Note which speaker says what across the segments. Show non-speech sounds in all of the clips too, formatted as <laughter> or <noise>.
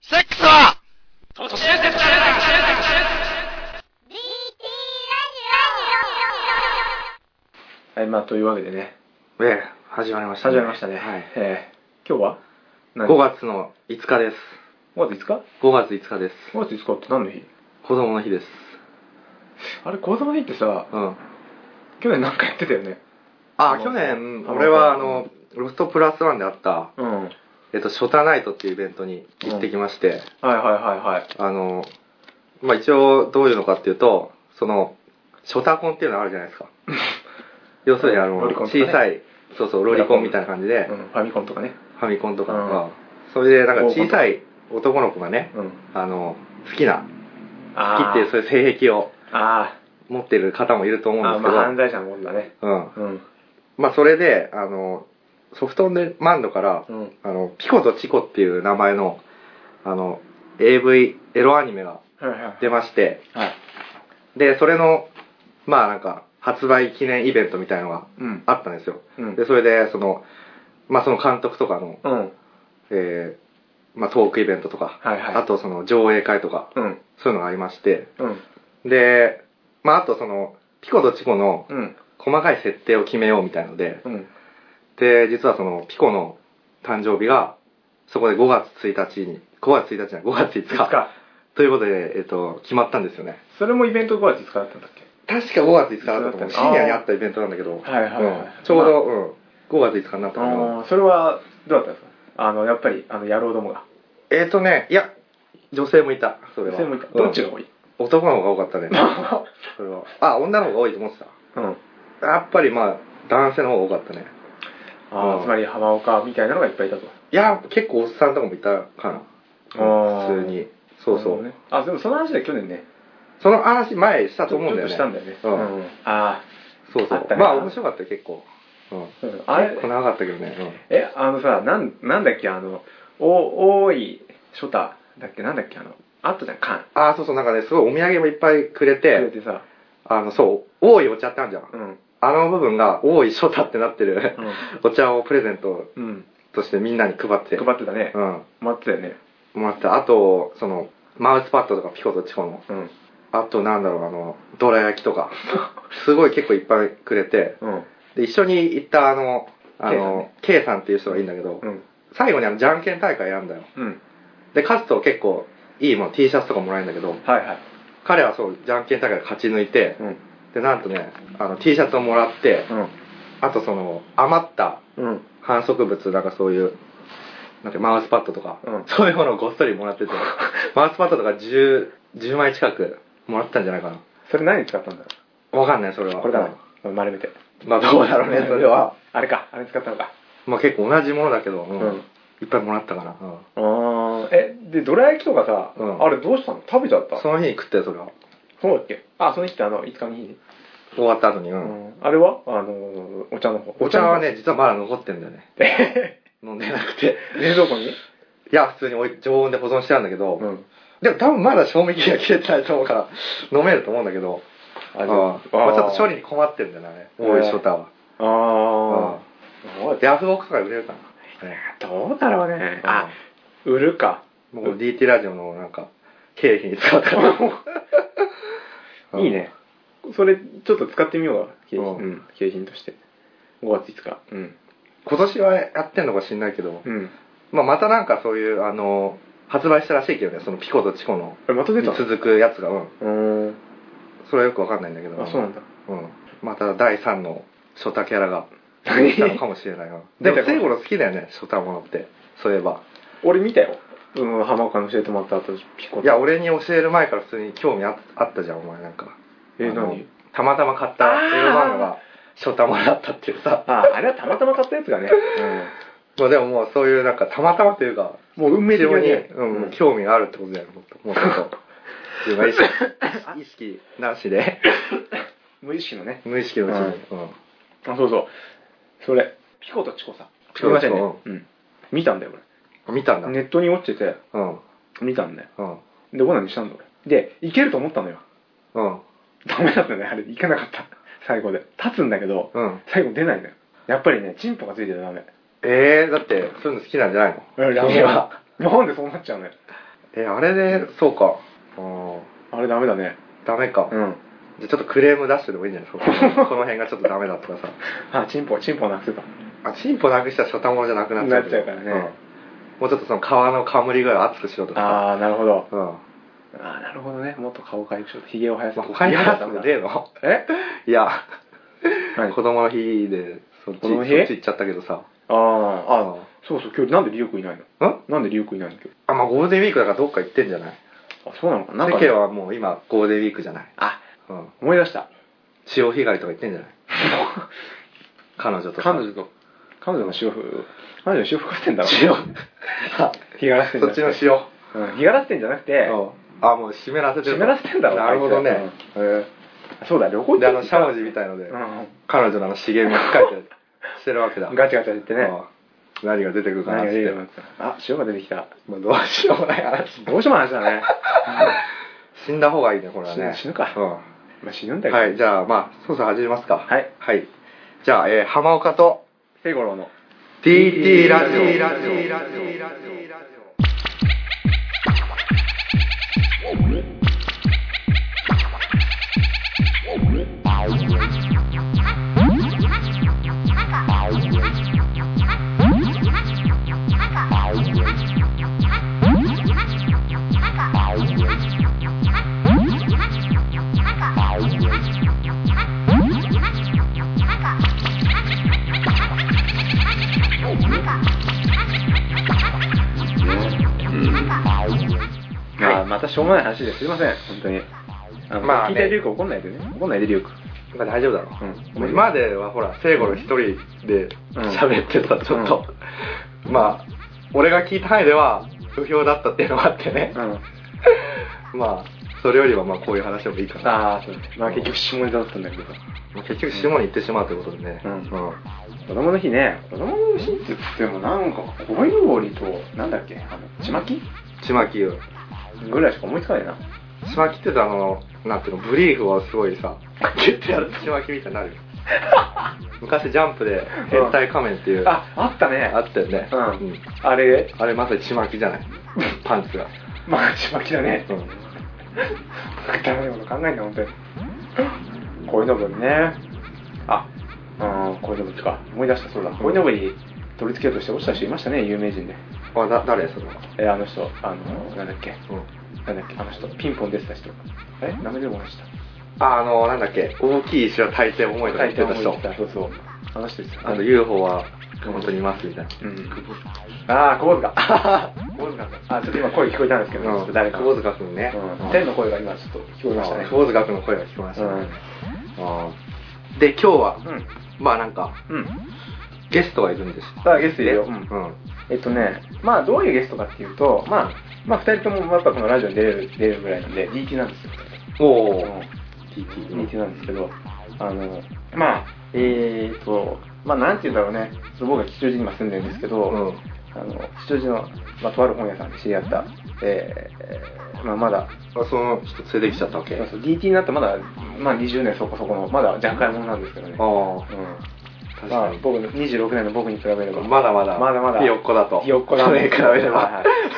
Speaker 1: セックスは
Speaker 2: 都市伝説だよ
Speaker 3: はい、まあ、というわけでね、
Speaker 4: ええ、始まりました、
Speaker 3: 始まりましたね。
Speaker 4: はい。
Speaker 3: えー今日は何
Speaker 4: 5月の5日です。
Speaker 3: 5月5日
Speaker 4: 5月5日です。
Speaker 3: ?5 月5日って何の日
Speaker 4: 子供の日です。
Speaker 3: あれ、子供の日ってさ、
Speaker 4: うん。
Speaker 3: 去年なんかやってたよね。
Speaker 4: あ、
Speaker 3: うん
Speaker 4: 去
Speaker 3: う
Speaker 4: 年、
Speaker 3: ん
Speaker 4: 俺はあの、ロストプラスワンであった、
Speaker 3: うん。はい
Speaker 4: えっと、ショタナイトっていうイベントに行ってきまして、
Speaker 3: はいはいはい。
Speaker 4: あの、まあ、一応どういうのかっていうと、その、ショタコンっていうのあるじゃな
Speaker 3: <laughs>
Speaker 4: いですか。要するにあの、
Speaker 3: ロリコンとかね
Speaker 4: 小さい、そうそう、ロリコンみたいな感じで、
Speaker 3: うん、ファミコンとかね。
Speaker 4: ファミコンとか、
Speaker 3: うん
Speaker 4: うんそれでなんか小さい男の子がね、
Speaker 3: うん。
Speaker 4: あの、好きな、好き
Speaker 3: あ
Speaker 4: っ
Speaker 3: あ
Speaker 4: ていうそういう性癖を
Speaker 3: あ
Speaker 4: 持ってる方もいると思
Speaker 3: ー
Speaker 4: う
Speaker 3: あー、
Speaker 4: んですけ
Speaker 3: ま
Speaker 4: ど、
Speaker 3: あ犯罪者のもんだね。
Speaker 4: うん。
Speaker 3: うん。
Speaker 4: まあ、それで、あの、ソフトオンデマンドから、
Speaker 3: うん。
Speaker 4: あの、ピコとチコっていう名前の、あの、AV、エロアニメが
Speaker 3: はいはい。
Speaker 4: 出まして、
Speaker 3: はい。
Speaker 4: で、それの、まあなんか、発売記念イベントみたいのが
Speaker 3: うん。
Speaker 4: あったんですよ。
Speaker 3: うん
Speaker 4: で、それで、その、まあその監督とかの、
Speaker 3: うん。
Speaker 4: えー、まあトークイベントとか、
Speaker 3: はいはい。
Speaker 4: あ、とその上映会とか、
Speaker 3: うん。
Speaker 4: そういうのがありまして、
Speaker 3: うん。
Speaker 4: で、まああとその、ピコとチコの
Speaker 3: うん。
Speaker 4: 細かい設定を決めようみたいので、
Speaker 3: うん。
Speaker 4: で、実はその、ピコの誕生日が、そこで5月1日に、5月1日じゃない、5月5
Speaker 3: いつ
Speaker 4: 日。
Speaker 3: か。
Speaker 4: ということで、えっと、決まったんですよね。
Speaker 3: それもイベント5月5日だったんだっけ
Speaker 4: 確か5月5日だ
Speaker 3: そうだ
Speaker 4: ったと思
Speaker 3: っ
Speaker 4: う。
Speaker 3: たね
Speaker 4: 深夜にあったイベントなんだけど、
Speaker 3: はいはいはい
Speaker 4: うんちょうど、うん、5月5日になったの
Speaker 3: あーそれは、どうだったんですかあの、やっぱり、あの、野郎どもが。
Speaker 4: えっとね、いや、女性もいた、それは。
Speaker 3: それもいた
Speaker 4: うん
Speaker 3: どっちが多い
Speaker 4: 男の方が多かっ
Speaker 3: <laughs>
Speaker 4: たね。
Speaker 3: う
Speaker 4: それは。あ、女の方が多いと思って
Speaker 3: ん。
Speaker 4: た。やっぱりまあ、男性の方が多かったね。
Speaker 3: あ
Speaker 4: う
Speaker 3: あ、
Speaker 4: ん
Speaker 3: つまり浜岡みたいなのがいっぱいいたと。
Speaker 4: いや、結構おっさんとかもいたかな。
Speaker 3: あー
Speaker 4: 普通に。そうそう。
Speaker 3: ね。あ、でもその話で去年ね。
Speaker 4: その話前したと思うんだよ
Speaker 3: ち
Speaker 4: ね。
Speaker 3: ょっとしたんだよね。
Speaker 4: うん
Speaker 3: うんああ、
Speaker 4: そうそ
Speaker 3: あっ
Speaker 4: う。
Speaker 3: たね
Speaker 4: まあ面白かったよ結構。うん。
Speaker 3: そうそうあれ
Speaker 4: 結構長かったけどね。
Speaker 3: え、あのさ、なん、なんだっけ、あの、お、多い、ショタだっけ、なんだっけ、あの、あったじゃん、缶。
Speaker 4: うん。ああ、そうそう、なんかね、すごいお土産もいっぱいくれ
Speaker 3: くれ
Speaker 4: て、
Speaker 3: てさ、
Speaker 4: あの、そう、多いお茶ってあるじゃん。
Speaker 3: うん。
Speaker 4: あの部分が、多いショタってなってる、お茶をプレゼント
Speaker 3: うん。うん。
Speaker 4: としてみんなに配って、
Speaker 3: 配ってたね
Speaker 4: う。ん。
Speaker 3: 待ってたよね。
Speaker 4: もらった。あと、その、マウスパッドとかピコとチコの、
Speaker 3: うん。 <laughs>
Speaker 4: あとなんだろう、あの、どら焼きとか、すごい結構いっぱいくれて、
Speaker 3: うん。
Speaker 4: で、一緒に行ったあの、あの、K さんっていう人がいいんだけど、
Speaker 3: うん。
Speaker 4: 最後にあの、じゃんけん大会やんだよ。
Speaker 3: うん。
Speaker 4: で、勝つと結構いいもの、T シャツとかもらえるんだけど、
Speaker 3: はいはい。
Speaker 4: 彼はそう、じゃんけん大会で勝ち抜いて
Speaker 3: う、ん。
Speaker 4: で、なんとね、あの、T シャツをもらって、
Speaker 3: うん。
Speaker 4: あとその、余った
Speaker 3: うん。
Speaker 4: 反則物、なんかそういう、なんかマウスパッドとか、
Speaker 3: うん
Speaker 4: そういうものをごっそりもら <laughs> ってて、マウスパッドとか10、10枚近くもらったんじゃないかな。
Speaker 3: それ何に使ったんだろ
Speaker 4: わかんない、それは。
Speaker 3: うこれかな、丸めて。
Speaker 4: まあ、どうだろうね、それは。。
Speaker 3: あれか、あれ使ったのか。
Speaker 4: まあ、結構同じものだけど、う
Speaker 3: うんん。
Speaker 4: いっぱいもらったかな。うん
Speaker 3: あーえでどら焼きとかさ、
Speaker 4: うん
Speaker 3: あれどうしたの食べちゃった
Speaker 4: その日に食ったよ、それは。
Speaker 3: そうだっけあその日ってあの5日の日に、
Speaker 4: 終わった後に、う。
Speaker 3: うんんあれはあのーお茶の方
Speaker 4: お茶はね、実はまだ残ってるんだよね。
Speaker 3: お茶の方
Speaker 4: <laughs> 飲んでなくて。
Speaker 3: 冷蔵庫に、
Speaker 4: いや、普通におい常温で保存してあるんだけど、
Speaker 3: うん、
Speaker 4: でも多分まだ賞味期限が切れてないと思うから、飲めると思うんだけど、
Speaker 3: あ
Speaker 4: うんまあちょっと処理に困ってるんだよね、
Speaker 3: うん
Speaker 4: 大井翔太は。
Speaker 3: ああど
Speaker 4: うん
Speaker 3: う
Speaker 4: ヤフオクとかで売れるかな。ね
Speaker 3: どうだろうね
Speaker 4: うん
Speaker 3: あ売るか
Speaker 4: もう DT ラジオのなんか、経費に使うから。う
Speaker 3: <laughs>
Speaker 4: ん
Speaker 3: いい。ねそれちょっと使ってみようか景品,、
Speaker 4: うん
Speaker 3: うん、景品として5月5日うん
Speaker 4: 今年はやってんのか知んないけど、
Speaker 3: うん
Speaker 4: まあまたなんかそういう、あの、発売したらしいけどね、そのピコとチコの
Speaker 3: あれまた出たの
Speaker 4: 続くやつが、うん。
Speaker 3: うーん
Speaker 4: それはよくわかんないんだけど、
Speaker 3: あそうなん <laughs> だ
Speaker 4: うん。また第3のショタキャラが出
Speaker 3: 出た
Speaker 4: たの
Speaker 3: の
Speaker 4: か
Speaker 3: か
Speaker 4: もしれないな。 <laughs> で
Speaker 3: 出たかも
Speaker 4: も、聖五郎好きだよね、ショタものって。そういえば。
Speaker 3: 俺見たよ、うん、浜岡に教えてもらった後ピコ
Speaker 4: いや、俺に教える前から普通に興味ああったじゃん、お前なんか。
Speaker 3: え
Speaker 4: あの
Speaker 3: 何
Speaker 4: たまたま買ったエロ漫画が、ショタマだったっていうさ。
Speaker 3: ああれはたまたま買ったやつ <laughs> がね、
Speaker 4: まあでももうそういうなんか、たまたまというか、
Speaker 3: もう運命的
Speaker 4: 非常
Speaker 3: に
Speaker 4: に、
Speaker 3: ね
Speaker 4: うん、
Speaker 3: うん
Speaker 4: 興味があるってことだよ、もっと。 <laughs> もっと。自分が意識意識なしで、
Speaker 3: 無意識のね
Speaker 4: <laughs> 無意識のうちに。うん
Speaker 3: あそうそうそれピコとチコさん
Speaker 4: ピコとチコ
Speaker 3: 見ましたよね、うん、見たんだよ
Speaker 4: 見たんだ。
Speaker 3: 俺ネットに落ちてて
Speaker 4: うん。
Speaker 3: 見たんだよ
Speaker 4: うん。
Speaker 3: でオナにしたんだ俺でいけると思ったのよ
Speaker 4: うん。
Speaker 3: ダメだったねあれいかなかった最後で立つんだけど
Speaker 4: うん。
Speaker 3: 最後出ないのよやっぱりねチンポがついてるダメ
Speaker 4: えー、だって、そういうの好きなんじゃないの
Speaker 3: 俺
Speaker 4: 君は。
Speaker 3: なんでそうなっちゃうのよ
Speaker 4: え、あれで、そうか。あ
Speaker 3: あれダメだね
Speaker 4: あ、ダメか。
Speaker 3: うん
Speaker 4: じゃあちょっとクレーム出してでもいいんじゃないで
Speaker 3: <laughs>
Speaker 4: すか。このこの辺がちょっとダメだとかさ。
Speaker 3: あチンポチンポなくせた
Speaker 4: あ、チンポなくしたら初ものじゃなくなっちゃうけど。
Speaker 3: なっちゃうからね
Speaker 4: うんもうちょっとその皮の冠具合を厚くしろとかさ。
Speaker 3: ああなるほど
Speaker 4: うん。ま
Speaker 3: ああなるほどねもっと顔を変えてちょっとひげを生やす
Speaker 4: あ、他に
Speaker 3: 嫌
Speaker 4: 話
Speaker 3: だ
Speaker 4: す
Speaker 3: な
Speaker 4: のねえの
Speaker 3: え
Speaker 4: いや、
Speaker 3: 何
Speaker 4: 子供の日で、そっち、
Speaker 3: 子
Speaker 4: そ
Speaker 3: 供の
Speaker 4: っ
Speaker 3: 日
Speaker 4: ち行っちゃったけどさ。
Speaker 3: あああ
Speaker 4: うん
Speaker 3: そうそう今日なんでリュウ君いないの
Speaker 4: ん
Speaker 3: なんでリュウ君いないの今日
Speaker 4: あ、まあゴールデンウィークだからどっか行ってんじゃない
Speaker 3: あそうなのかな
Speaker 4: 世
Speaker 3: なんかね
Speaker 4: 間はもう今ゴールデンウィークじゃない。
Speaker 3: あ
Speaker 4: うん。
Speaker 3: 思い出した
Speaker 4: 潮干狩りとか行ってんじゃない彼女と
Speaker 3: <laughs>
Speaker 4: さ。
Speaker 3: 彼女と彼女の潮風彼女の潮吹かせてんだろ
Speaker 4: 潮
Speaker 3: 日がらせてんじ
Speaker 4: <laughs> そ
Speaker 3: ゃ
Speaker 4: っ
Speaker 3: なくて
Speaker 4: ちの潮。
Speaker 3: うん日がらせてんじゃなくて
Speaker 4: あ、もう湿らせて
Speaker 3: 湿
Speaker 4: る。
Speaker 3: らせてんだろ
Speaker 4: なるほどね。
Speaker 3: あいつうんへえそうだ旅行行って
Speaker 4: で、あの、しゃもじみたいので、
Speaker 3: う
Speaker 4: 彼女のあの茂みを控えて、してるわけだ。
Speaker 3: んガチャガチャ言ってね
Speaker 4: うん何が出てくるかな
Speaker 3: 何
Speaker 4: っ
Speaker 3: が
Speaker 4: て
Speaker 3: 出てくるかあ塩が出てきた
Speaker 4: まあ、どうしようもない話。
Speaker 3: <laughs> どうしようもない話だね
Speaker 4: 死んだ方がいいね、これは
Speaker 3: 死ぬ
Speaker 4: ね。
Speaker 3: 死ぬか
Speaker 4: う
Speaker 3: まあ死ぬんだけ
Speaker 4: ん。
Speaker 3: ど
Speaker 4: はい、じゃあ、まあ、そろそろ始めますか。
Speaker 3: はい。
Speaker 4: はい。じゃあ、えー浜岡と、
Speaker 3: ペゴロの
Speaker 4: TT ラジオ。
Speaker 3: まあまたしょうもない話ですいません本当にあの
Speaker 4: まあ
Speaker 3: 聞
Speaker 4: ね
Speaker 3: いてリュウ君怒んないでね怒んないでリュウ君
Speaker 4: まあ、大丈夫だろ
Speaker 3: う
Speaker 4: う。
Speaker 3: ん
Speaker 4: もう今まではほら、聖五の一人で喋ってた、ちょっと。まあ、俺が聞いた範囲では、不評だったっていうのもあってね。
Speaker 3: うん
Speaker 4: <laughs> まあ、それよりはまあこういう話でもいいかな。
Speaker 3: ああそうまあ結局下ネタだったんだけど
Speaker 4: まあ結局、下に行ってしまうということでね。
Speaker 3: うん
Speaker 4: うん
Speaker 3: 子供の日ね子供の日って言ってもなんかこいぼりとなんだっけあのちまき
Speaker 4: ちまきよ。
Speaker 3: ぐらいしか思いつかないな
Speaker 4: ちまきって言うとあの、なんていうの、ブリーフをすごいさ、ギュッてやる
Speaker 3: <laughs>
Speaker 4: とちまきみたいになるよ。昔、ジャンプで変態仮面っていう、
Speaker 3: ああったね
Speaker 4: あったよね。
Speaker 3: うん
Speaker 4: うん
Speaker 3: あれ
Speaker 4: あれまさにちまきじゃない。パンツが。
Speaker 3: まあちまきだね <laughs>
Speaker 4: うん
Speaker 3: くだらないこと考えんな本当にこいのぼりねあうんこいのぼりか思い出したそうだこいのぼり取り付けようとして落ちた人いましたね有名人で
Speaker 4: あ、だ誰それは。
Speaker 3: えーあの人あのなんだっけ
Speaker 4: うん
Speaker 3: なんだっけあの人ピンポン出てた人え名前でもました
Speaker 4: ああの、なんだっけ、大きい石は大抵重いとか言ってた人。
Speaker 3: そうそうあの人ですよ
Speaker 4: あと UFO は本当にいますみたいな。
Speaker 3: うんああ、小
Speaker 4: <laughs>
Speaker 3: 塚。小塚さん。あ、ちょっと今声聞こえたんですけど、ちょっと誰か。
Speaker 4: 久保塚君ね。
Speaker 3: うん。
Speaker 4: 天
Speaker 3: 天の声が今ちょっと聞こえましたね。
Speaker 4: 久保塚君の声が聞こえましたね。
Speaker 3: うん
Speaker 4: あーで、今日は、
Speaker 3: うん。
Speaker 4: まあなんか、
Speaker 3: うん。
Speaker 4: ゲストがいるんです。
Speaker 3: さあ、ゲストいるよ。
Speaker 4: うん。
Speaker 3: えっとね、まあ、どういうゲストかっていうと、まあ、まあ、二人ともやっぱこのラジオに出れる、出れるぐらいなんで、DT なんですよ。
Speaker 4: おお、
Speaker 3: DT。DT なんですけど、あの、まあ、えーっと、まあ、なんて言うんだろうね。僕が吉祥寺に今住んでるんですけど、
Speaker 4: うん。
Speaker 3: あの吉祥寺の、まあ、とある本屋さんで知り合った、えーまあ、まだ
Speaker 4: あその人連れてきちゃったわけ。
Speaker 3: ま
Speaker 4: あ
Speaker 3: あそう DT になってまだ、まあ、20年そこそこのまだ若干者なんですけどね、
Speaker 4: あ、
Speaker 3: うん
Speaker 4: 確
Speaker 3: まあ
Speaker 4: か、に。
Speaker 3: 僕の26年の僕に比べれば、
Speaker 4: まだまだ。
Speaker 3: まだまだ
Speaker 4: ひよっこだと。
Speaker 3: ひよっこだ
Speaker 4: それに比べれば。
Speaker 3: はいはい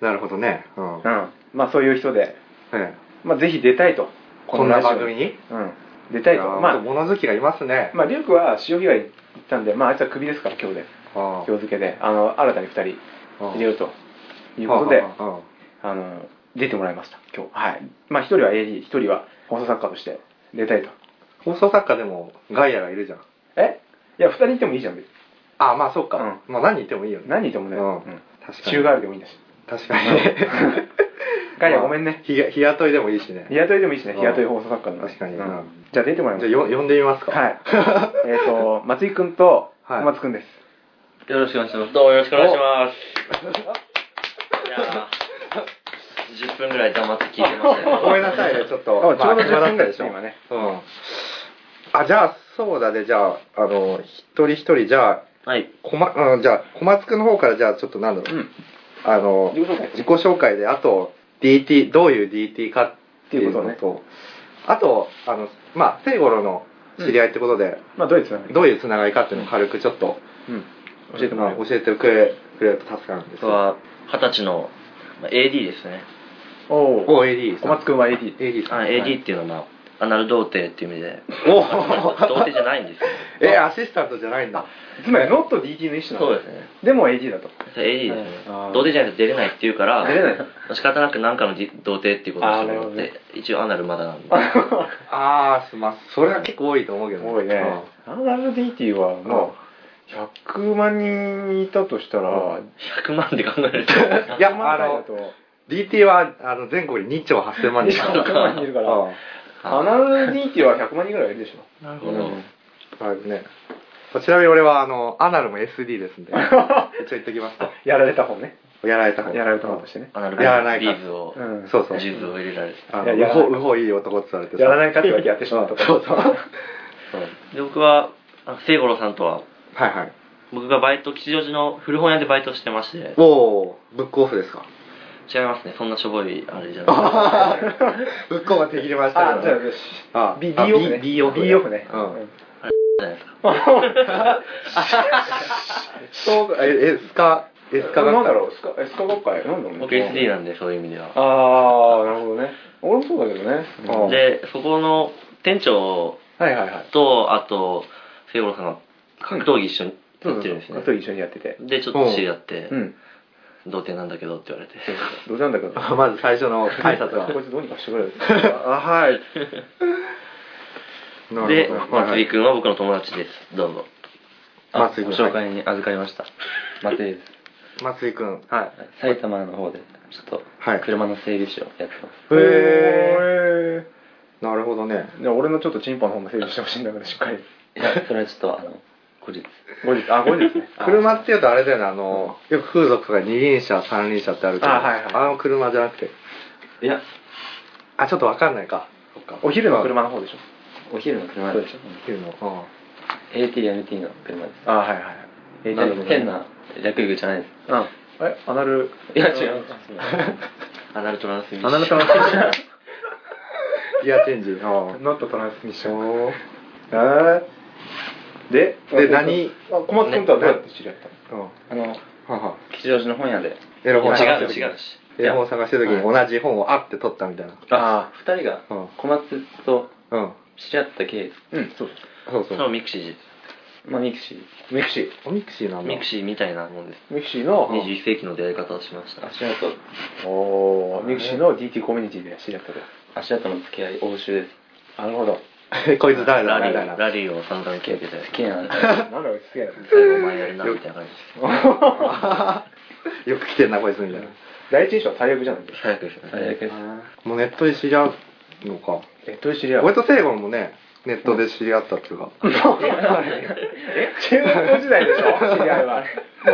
Speaker 4: なるほどね。うん。
Speaker 3: う
Speaker 4: え
Speaker 3: んまあ、そういう人で、
Speaker 4: え
Speaker 3: まあ、ぜひ出たいと
Speaker 4: こんな番組に
Speaker 3: このラジオに、うん、出たいと
Speaker 4: やー
Speaker 3: まあ、
Speaker 4: 物好きがいますね。
Speaker 3: まあ、リュウクは潮干狩り行ったんで、まあ、あいつはクビですから今日で
Speaker 4: あ
Speaker 3: 今日付けであの新たに2人
Speaker 4: あ
Speaker 3: 入れようということで
Speaker 4: ああああ
Speaker 3: あの出てもらいました今日はいまあ1人は AD1 人は放送作家として出たいと
Speaker 4: 放送作家でもガイアがいるじゃん。
Speaker 3: えいや2人いてもいいじゃん別に
Speaker 4: ああ、まあそうか。
Speaker 3: う
Speaker 4: まあ何言ってもいいよね。
Speaker 3: 何いてもね、
Speaker 4: うん
Speaker 3: うん
Speaker 4: 確かに。
Speaker 3: 週替わりでもいいんだ
Speaker 4: <laughs>
Speaker 3: し
Speaker 4: 確かにね。
Speaker 3: <laughs> ガイアごめんね。
Speaker 4: 日が日雇いでもいいしね。
Speaker 3: 日雇いでもいいしね
Speaker 4: うん
Speaker 3: 日雇い放送作家のね
Speaker 4: 確かに
Speaker 3: うん
Speaker 4: うん
Speaker 3: じゃあ出てもらい
Speaker 4: じ
Speaker 3: ま
Speaker 4: ゃあ
Speaker 3: す
Speaker 4: よ呼んでみますか。 <laughs>
Speaker 3: はいえっと松井君と
Speaker 4: はい
Speaker 3: 小松君
Speaker 4: <laughs>
Speaker 3: です、
Speaker 1: よろしくお願いします。どうもよろしくお願いします。いやー、10分ぐらい黙って聞いてました
Speaker 4: ごめん
Speaker 1: ね。
Speaker 4: なさいね、ちょっ
Speaker 3: あ
Speaker 4: と。
Speaker 3: ちょうど
Speaker 4: まあ暇だったでしょ。
Speaker 3: 今ね
Speaker 4: うん。あ、じゃあ、そうだね、じゃあ、あの、一人一人、じゃあ、
Speaker 1: はい。
Speaker 4: こま、うん、じゃあ、小松くんの方から、じゃあ、ちょっとなんだろう。あの、
Speaker 3: 自己紹介
Speaker 4: 自己紹介で、あと、DT、どういう DT かっていうの
Speaker 3: っていう
Speaker 4: と、あと、あの、まあ、聖五郎の知り合いってことで、
Speaker 3: まあドイツなんだけど
Speaker 4: どういうつながりかっていうのを軽くちょっと、
Speaker 3: うん教えてもらおう
Speaker 4: まあ教えてくれ、くれると助かるんです
Speaker 1: 僕は、二十歳のまあ、AD ですね
Speaker 3: おお
Speaker 4: お AD
Speaker 3: 小松君は AD
Speaker 4: AD
Speaker 1: あ
Speaker 4: さん
Speaker 1: AD っていうのは、まあ、アナル童貞っていう意味で
Speaker 4: おお
Speaker 1: 童貞じゃないんですよ
Speaker 4: えアシスタントじゃないんだ
Speaker 3: つまりノット DT の一種
Speaker 1: <laughs>
Speaker 3: な
Speaker 1: そ
Speaker 3: ん
Speaker 1: うで
Speaker 3: だ
Speaker 1: すね
Speaker 3: でも AD だと
Speaker 1: それ AD ですね
Speaker 3: あー
Speaker 1: 童貞じゃないと出れないっていうから
Speaker 3: 出れない
Speaker 1: 仕方なく何かの童貞っていうことにしてもらっ
Speaker 3: あーなる
Speaker 1: て一応アナルまだなんで
Speaker 4: ああまあそれは結構多いと思うけど
Speaker 3: 多いねアナル DT はもう100万人いたとしたら
Speaker 1: 100万で考えると <laughs>
Speaker 3: <laughs>
Speaker 4: いや
Speaker 3: 100万
Speaker 4: あ
Speaker 3: 回
Speaker 4: の
Speaker 3: だと
Speaker 4: DT はあの全国に2兆8000万人
Speaker 3: 100万人いるから
Speaker 4: うん
Speaker 3: アナル DT は100万人ぐらいいるで
Speaker 4: <laughs>
Speaker 3: しょ
Speaker 1: なる
Speaker 4: う
Speaker 1: ほど、
Speaker 4: んそうですねちなみに俺はあのアナルも SD で
Speaker 3: <laughs>
Speaker 4: すんで一応言っときますと
Speaker 3: やられた方ね
Speaker 4: やられた方
Speaker 3: やられた方としてね
Speaker 1: アナル
Speaker 4: やらない
Speaker 1: ビ
Speaker 4: か
Speaker 1: ーズを、
Speaker 3: うん
Speaker 4: そうそう
Speaker 1: ジューズを入れられて
Speaker 4: あ
Speaker 3: いや
Speaker 4: の
Speaker 3: やら
Speaker 4: う
Speaker 3: ない
Speaker 4: ほうほういい男って言われてさ
Speaker 3: やらないかって言われてやってしまったと
Speaker 4: そうそうはい
Speaker 1: で僕はあ聖五郎さんとは
Speaker 4: はい
Speaker 1: 僕がバイト吉祥寺の古本屋でバイトしてまして違い
Speaker 4: おおブックオフですか
Speaker 1: ますねそんなしょぼいあれじゃ <laughs> ない
Speaker 4: ブックオフは手切りました
Speaker 3: あ
Speaker 4: け
Speaker 3: じゃ
Speaker 4: ど
Speaker 3: あよし
Speaker 4: あ
Speaker 3: B
Speaker 4: あ
Speaker 3: B オフね
Speaker 4: B- B オフ
Speaker 3: B オフね
Speaker 4: うん
Speaker 3: うん
Speaker 1: じゃないですか
Speaker 4: そうええスカえスカ
Speaker 3: なんだ
Speaker 4: 学
Speaker 3: ろう、スカ、えスカ学会、なんだろうね。
Speaker 1: 僕 SD なんでそういう意味では
Speaker 3: ああ、なるほどね。俺もそうだけどね。あー
Speaker 1: でそこの店長
Speaker 4: はいはいはい
Speaker 1: とあと聖五郎さんが格闘技一緒に
Speaker 3: そう
Speaker 1: やって
Speaker 3: そうそ
Speaker 1: るん
Speaker 3: う
Speaker 1: ですね
Speaker 3: 格闘技一緒にやってて。
Speaker 1: でちょっと知り合って
Speaker 3: うん。
Speaker 1: 「童貞なんだけど」って言われて
Speaker 3: どうなんだけど。
Speaker 4: まず最初の <laughs> 挨拶は
Speaker 3: こいつどうにかしてくれる。
Speaker 4: あ
Speaker 1: <laughs>
Speaker 4: はいな
Speaker 1: で
Speaker 4: るほど
Speaker 1: 松井君は僕の友達ですどうぞあ
Speaker 4: 松井
Speaker 1: ご
Speaker 4: 君
Speaker 1: 紹介に預かりました <laughs> 松井です
Speaker 4: 松井くん
Speaker 1: はい埼玉の方でちょっと
Speaker 4: はい
Speaker 1: 車の整理士をやってます
Speaker 4: へえ
Speaker 3: <laughs> へ
Speaker 4: なるほどね
Speaker 3: え。じゃあ俺のちょっとチンパの方も整理してほしいんだけど、しっかり。
Speaker 1: いや、それはちょっと、あの、後日。
Speaker 3: 後日、 <laughs> あ、後日ね。
Speaker 4: 車っていうとあれだよねあのよく風俗とか二輪車三輪車ってあるけど
Speaker 3: あはいはい
Speaker 4: あの車じゃなくて
Speaker 1: いや、
Speaker 4: あちょっとわかんないか
Speaker 3: お昼の車の方でしょ。
Speaker 1: お昼の車
Speaker 3: そうでしょ
Speaker 4: っていうのうん
Speaker 1: ATMT の車です。
Speaker 3: あー、はいはい。え
Speaker 1: なので変。な略語じゃないで
Speaker 3: うん。え、アナル。
Speaker 1: す。いや、違う。アナルトランスミッション。
Speaker 3: アナルトランスミッション。
Speaker 4: ギアチェンジうん
Speaker 3: <laughs> ノットトランスミッション。
Speaker 4: おー
Speaker 3: えーで、
Speaker 4: で何
Speaker 3: あ小松君とはどうやって知り合ったの
Speaker 4: うんは
Speaker 1: あの、
Speaker 4: は
Speaker 1: 吉祥寺の本屋で。
Speaker 4: エロ
Speaker 1: 違
Speaker 4: 本
Speaker 1: う、
Speaker 4: 探して
Speaker 1: 違う
Speaker 4: る
Speaker 1: し。
Speaker 4: 時エロ本探してる時に同じ本をあって取ったみたいな
Speaker 3: ああ
Speaker 1: 二人が
Speaker 4: うん、
Speaker 1: 小松と
Speaker 4: うん
Speaker 1: 知り合った経緯です。
Speaker 3: うん、そう
Speaker 4: そうそ
Speaker 1: その
Speaker 4: う
Speaker 1: ミクシーです。まあ、ミクシ
Speaker 3: ミクシ
Speaker 4: おミクシーな
Speaker 1: ー。
Speaker 4: んだ
Speaker 1: ミクシーみたいなもんです。
Speaker 3: ー。ミクシーの、
Speaker 1: 21世紀の出会い方をしました。足跡、
Speaker 3: おーミクシーの DT コミュニティで知り合ったと。
Speaker 1: 足跡の付き合い、応酬です。
Speaker 3: なるほど。
Speaker 4: こいつ誰だ
Speaker 1: ラ
Speaker 4: み
Speaker 1: リ
Speaker 4: たいな
Speaker 1: ー、ラリーを散々受けてて。好きなん
Speaker 3: <laughs> なんだろう、すげえ。
Speaker 1: 最後お前やるな、みたいな感じです。
Speaker 4: <laughs> よく来てんなこいつみたいな
Speaker 3: 第一印象は最悪じゃないですか。
Speaker 1: 最悪ですね。最悪です。
Speaker 4: もうネットで知り合うのか
Speaker 3: え、どういう知り合い
Speaker 4: 俺と聖ゴもねネットで知り合ったっていうか
Speaker 3: え、中学校時代でしょ知り合いは。も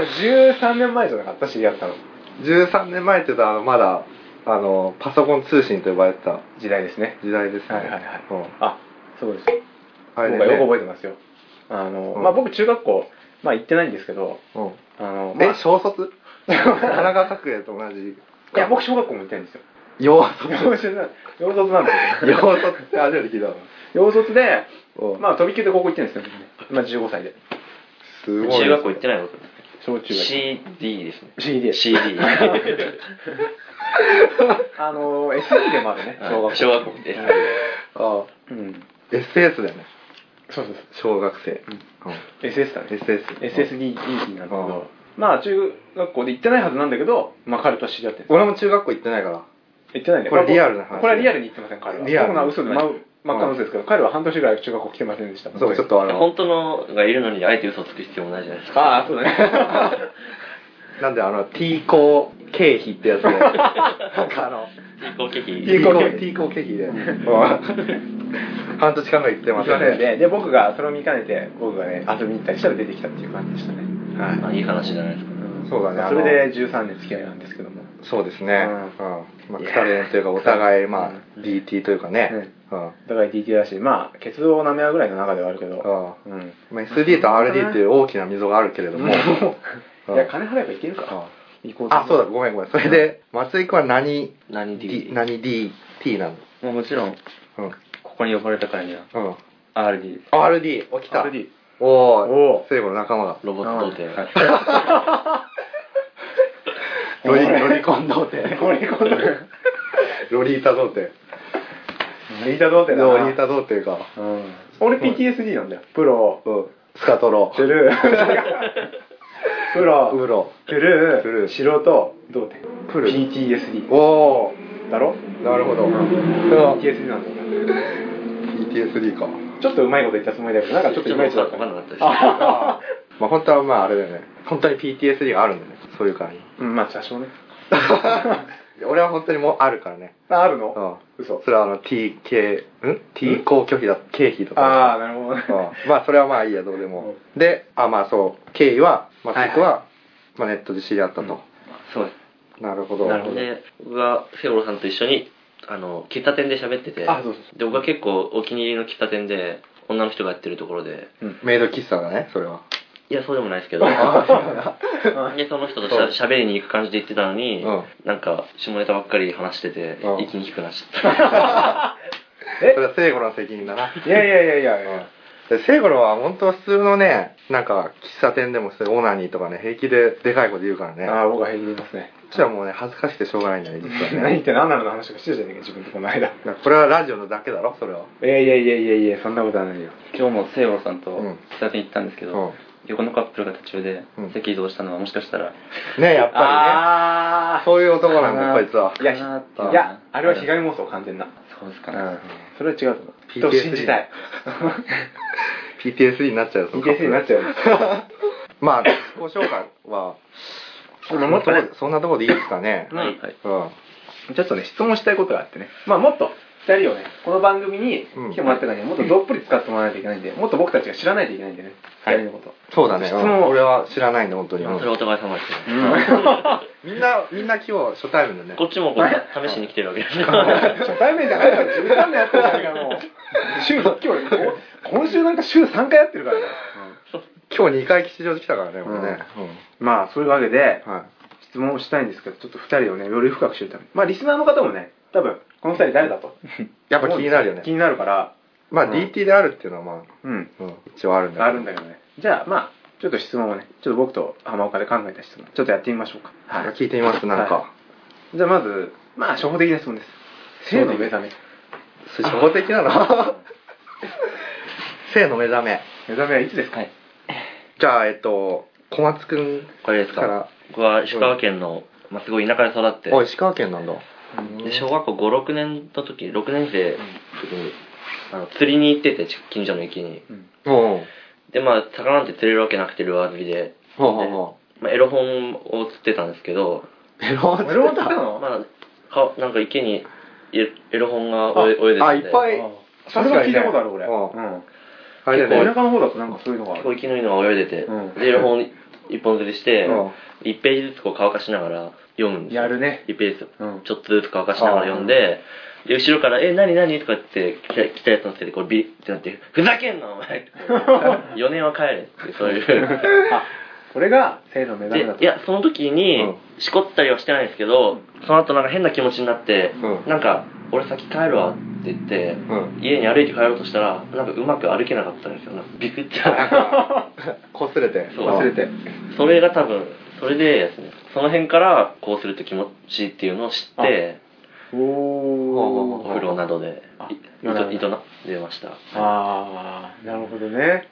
Speaker 3: う13年前じゃなかった、知り合ったの。
Speaker 4: 13年前って言うとあのまだあのパソコン通信と呼ばれてた
Speaker 3: 時代ですね。
Speaker 4: 時代ですね
Speaker 3: はいはいはい
Speaker 4: うん
Speaker 3: あ、そうです。
Speaker 4: あれ
Speaker 3: 僕はよく
Speaker 4: で
Speaker 3: 覚
Speaker 4: ね
Speaker 3: えてますよ。あの、
Speaker 4: うん
Speaker 3: まあ僕中学校、まあ行ってないんですけど、
Speaker 4: うん
Speaker 3: あの、まあ
Speaker 4: え、
Speaker 3: <laughs>
Speaker 4: 小卒田中角栄と同じ
Speaker 3: いや僕小学校も行ってないんですよ。
Speaker 4: 洋
Speaker 3: <laughs>
Speaker 4: 卒
Speaker 3: 洋卒な洋卒なんですよ
Speaker 4: 洋卒って初めて聞いたわ
Speaker 3: 洋卒で、
Speaker 4: うん
Speaker 3: まあ、飛び級で高校行ってるんですよ、僕ね今15歳で、
Speaker 4: すごい
Speaker 1: 中学校行ってないこと
Speaker 3: 小中学
Speaker 1: CD ですね
Speaker 3: CD
Speaker 1: CD
Speaker 3: <laughs> あの、SD でもあるね、小学校。
Speaker 1: 小学校で
Speaker 4: あ
Speaker 3: うん。
Speaker 4: SS だよね
Speaker 3: そうそう
Speaker 4: 小学生うん
Speaker 3: そう。SS だね。
Speaker 4: SS
Speaker 3: SSD なんだけ
Speaker 4: うん
Speaker 3: ど、まあ、中学校で行ってないはずなんだけど、まあ、彼とは知り合ってるんですよ
Speaker 4: 俺も中学校行ってないから
Speaker 3: 行ってないんだよ
Speaker 4: これリアルな話
Speaker 3: これはリアルに言ってません、彼は。
Speaker 4: リア
Speaker 3: 僕
Speaker 4: ル
Speaker 3: のは嘘で、ま、真っ赤な嘘ですけど、彼は半年ぐらい中学校来てませんでした。
Speaker 4: そうちょっとあの
Speaker 1: 本当のがいるのにあえて嘘つく必要もないじゃないですか
Speaker 3: ああ、そうだ
Speaker 4: <laughs>
Speaker 3: ね。
Speaker 4: なんであの T 校経費ってやつでなんかあの
Speaker 1: 高級
Speaker 4: T
Speaker 1: 機
Speaker 4: 校
Speaker 3: 校経費
Speaker 4: 経費で <laughs> 半年間ぐらい行ってますよね
Speaker 3: でで僕がそれを見かねて僕がね遊びに行ったりしたら出てきたっていう感じでしたね
Speaker 1: あ
Speaker 3: はい
Speaker 1: い話じゃないですか
Speaker 3: うん
Speaker 4: そうだねあ
Speaker 3: そ
Speaker 4: の
Speaker 3: れで13年付き合いなんですけども
Speaker 4: そうですね、う
Speaker 3: うんん
Speaker 4: まあ、腐れ縁というかお互い、まあ、DT というかね、うん
Speaker 3: だから DT だしまあ鉄道なめ合うぐらいの中ではあるけどうん、
Speaker 4: まあ、SD と RD っていう大きな溝があるけれども、うん
Speaker 3: いや金払えばいけるか
Speaker 4: うん
Speaker 3: 移行
Speaker 4: あそうだごめんごめんそれで松井君は何
Speaker 1: 何
Speaker 4: D
Speaker 1: D
Speaker 4: 何 DT なの
Speaker 1: もうもちろんここに呼ばれたからには
Speaker 4: うんうん
Speaker 1: RD
Speaker 4: RD お来た
Speaker 3: RD
Speaker 4: お
Speaker 3: お
Speaker 4: お聖子の仲間が
Speaker 1: ロボット童貞
Speaker 4: ロリロリコン童貞め込んだロリータ童貞
Speaker 3: リータ童貞だ
Speaker 4: ロリー
Speaker 3: な
Speaker 4: タ童貞か
Speaker 3: うん俺 PTSD なんだよプロ
Speaker 4: うんスカトロ
Speaker 3: トゥ
Speaker 4: <laughs>
Speaker 3: ループ
Speaker 4: ウ
Speaker 3: ロ
Speaker 4: ロ
Speaker 3: トゥルー
Speaker 4: トゥルー
Speaker 3: 素人童貞
Speaker 4: プル
Speaker 3: PTSD
Speaker 4: おお
Speaker 3: だろ
Speaker 4: なるほど、
Speaker 3: PTSD なんだよ
Speaker 4: PTSD か
Speaker 3: ちょっとうまいこと言ったつもりだけどなんかちょっといまいちだった
Speaker 1: わかんなかったです
Speaker 3: あ
Speaker 4: まあ本当はまああれだよね本当に PTSD があるんだよねそういうからに
Speaker 3: うんまあ多少ね
Speaker 4: 俺は本当にもうあるからね
Speaker 3: ああるの
Speaker 4: うん
Speaker 3: 嘘
Speaker 4: それはあの TK ん T 行拒否だ経費とか
Speaker 3: ああなるほどね
Speaker 4: うんまあそれはまあいいやどうでも、であまあそう経緯は、まあ、僕は、まあ、ネットで知り合ったと、
Speaker 1: そうです
Speaker 4: なるほど
Speaker 3: なるほど
Speaker 1: で僕はセオロさんと一緒にあの喫茶店で喋ってて
Speaker 3: あそうそう
Speaker 1: で僕は結構お気に入りの喫茶店で女の人がやってるところで
Speaker 4: メイド喫茶だねそれはい
Speaker 1: やそうでもないですけどでその人としゃ
Speaker 4: うん
Speaker 1: 喋りに行く感じで行ってたのに、
Speaker 4: うん
Speaker 1: なんか下ネタばっかり話してて、
Speaker 4: うん
Speaker 1: 息にくく
Speaker 4: <laughs>
Speaker 1: なっちゃった
Speaker 4: それは聖子の責任だない
Speaker 3: やいやいやいや
Speaker 4: で聖子のは本当は普通のねなんか喫茶店でもそういうオナニーとかね平気ででかいこと言うからね
Speaker 3: ああ僕は平気でいますね
Speaker 4: こっちはもうね恥ずかしくてしょうがないんだね実
Speaker 3: 何言
Speaker 4: はね
Speaker 3: って <laughs> 何なのの話とかしてたじゃねえか自分とこの間
Speaker 4: なんかこれはラジオのだけだろそれは、
Speaker 3: いやいやいやいやいやそんなことはないよ
Speaker 5: 今日もセイロさんと
Speaker 4: うん
Speaker 5: 喫茶店行ったんですけ
Speaker 4: う
Speaker 5: ど、
Speaker 4: ん、
Speaker 5: 横のカップルが途中で
Speaker 4: うん
Speaker 5: 席移動したのはもしかしたら、
Speaker 4: ねやっぱりね
Speaker 3: あ
Speaker 4: そういう男なんだよこいつは
Speaker 3: ーいや
Speaker 5: あ
Speaker 3: ひ
Speaker 5: ー
Speaker 3: いやあれは被害妄想完全な
Speaker 5: そうですか
Speaker 3: う
Speaker 5: ね、
Speaker 3: んそれは違うと思う
Speaker 4: PTSD
Speaker 3: 人を信じた <laughs> い
Speaker 4: PTSD になっちゃうよそのカップ
Speaker 3: PTSD になっちゃうよ
Speaker 4: まあ自己紹介はそんなとこでそんなとこでいいですかね
Speaker 3: うん
Speaker 1: はいはい
Speaker 4: う
Speaker 3: <laughs>
Speaker 4: ん
Speaker 3: ちょっとね、質問したいことがあってね、まあ、もっと2人をね、この番組に来てもらったからには、もっとどっぷり使ってもらわないといけないんで、もっと僕たちが知らないといけないんでね、
Speaker 4: はい
Speaker 3: 2人のこと。
Speaker 4: そうだね
Speaker 3: 質
Speaker 4: う
Speaker 3: 問
Speaker 4: ん俺は知らないんで本当に
Speaker 1: それはお互い様ですね、
Speaker 4: みんなみんな今日初対面だね
Speaker 1: こっちもこう試しに来てるわけです
Speaker 5: <laughs>
Speaker 3: 初対面じゃないから、13年やってるから、も <laughs> う。週今日俺今週なんか週3回やってるからね。
Speaker 4: 今日2回吉祥寺来たからね俺ね
Speaker 3: まあ、そういうわけで、
Speaker 4: うんはい
Speaker 3: 質問をしたいんですけど、ちょっと2人をね、より深く知るために。まあ、リスナーの方もね、多分、この2人誰だと。 <laughs>
Speaker 4: やっぱ気になるよね
Speaker 3: 気になるから、
Speaker 4: まあ
Speaker 3: うん
Speaker 4: DT であるっていうのはま
Speaker 3: うん。
Speaker 4: あうん一応あるんだ
Speaker 3: あるんだけどね。じゃあ、まあ、ちょっと質問をね、ちょっと僕と浜岡で考えた質問、ちょっとやってみましょうか。
Speaker 4: はい聞いてみますなん
Speaker 3: は
Speaker 4: か
Speaker 3: じゃあまず、まあ、初歩的な質問です。性の目覚め。
Speaker 4: 初歩的な <laughs> の性の目覚め
Speaker 3: 目覚めはいつですか
Speaker 1: はい
Speaker 4: じゃあえっと小松くん
Speaker 1: <laughs> これです
Speaker 4: か
Speaker 1: から僕は石川県の、まあ、すごい田舎で育って
Speaker 4: あ石川県なんだ
Speaker 1: で小学校56年の時6年生の時にあの釣りに行っててち近所の池に
Speaker 4: うんうん
Speaker 1: でまあ魚なんて釣れるわけなくてルアー釣りで、
Speaker 4: ほうほうほ
Speaker 1: まあ、エロ本を釣ってたんですけど
Speaker 4: うメロン
Speaker 3: メロンだったの
Speaker 1: まあかなんか池にエエロ本が泳い泳いで
Speaker 4: あ
Speaker 1: た
Speaker 4: い
Speaker 1: ん
Speaker 4: っ
Speaker 1: で
Speaker 4: ぱい
Speaker 3: それは聞いたことある、俺。
Speaker 4: うん
Speaker 3: うん。
Speaker 4: あれだ
Speaker 3: お
Speaker 4: よね
Speaker 3: 腹の方だとなんかそういうのがあ
Speaker 1: 結構
Speaker 3: る。
Speaker 1: 生きのいいのが泳いでて、
Speaker 3: うん
Speaker 1: でエロ本一本釣りして、
Speaker 4: うん
Speaker 1: 一1ページずつこう乾かしながら読むんですよ
Speaker 3: やるね。
Speaker 1: 1ページ
Speaker 3: うん。
Speaker 1: ちょっとずつ乾かしながら読んで、で、後ろから、え、何何とかって来た来たやつのせいで、こうビリってなって、ふざけんな、お前っ
Speaker 4: <laughs>
Speaker 1: て。4年は帰れって、そういう。
Speaker 3: あ、これが性の目覚めだ
Speaker 1: で、
Speaker 3: と。
Speaker 1: いや、その時に
Speaker 4: うん、
Speaker 1: しこったりはしてないんですけど、その後なんか変な気持ちになって、
Speaker 4: う
Speaker 1: なんか、俺先帰るわって言って、
Speaker 4: うん
Speaker 1: 家に歩いて帰ろうとしたら、なんかうまく歩けなかったんですよ。なんかビクッちゃ
Speaker 5: <laughs>
Speaker 4: なん
Speaker 3: <laughs>
Speaker 4: かこすれて
Speaker 1: そう
Speaker 3: 忘れて。
Speaker 1: それが多分、それでですね、その辺からこうすると気持ちいいっていうのを知って、
Speaker 3: お
Speaker 1: お風呂などで、
Speaker 3: あ
Speaker 1: い
Speaker 3: なるほど
Speaker 1: 糸糸な、出ました。
Speaker 3: あー、なるほどね。